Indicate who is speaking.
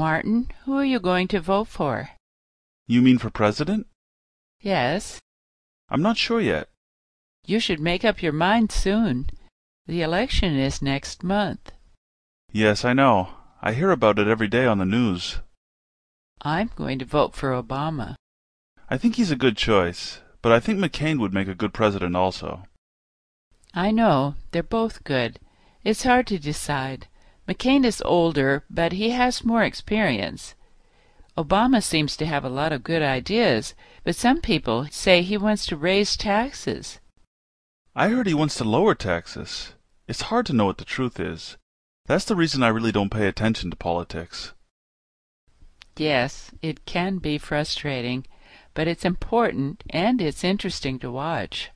Speaker 1: Martin, who are you going to vote for?
Speaker 2: You mean for president?
Speaker 1: Yes.
Speaker 2: I'm not sure yet.
Speaker 1: You should make up your mind soon. The election is next month.
Speaker 2: Yes, I know. I hear about it every day on the news.
Speaker 1: I'm going to vote for Obama.
Speaker 2: I think he's a good choice, but I think McCain would make a good president also.
Speaker 1: I know, they're both good. It's hard to decide. McCain is older, but he has more experience. Obama seems to have a lot of good ideas, but some people say he wants to raise taxes.
Speaker 2: I heard he wants to lower taxes. It's hard to know what the truth is. That's the reason I really don't pay attention to politics.
Speaker 1: Yes, it can be frustrating, but it's important and it's interesting to watch.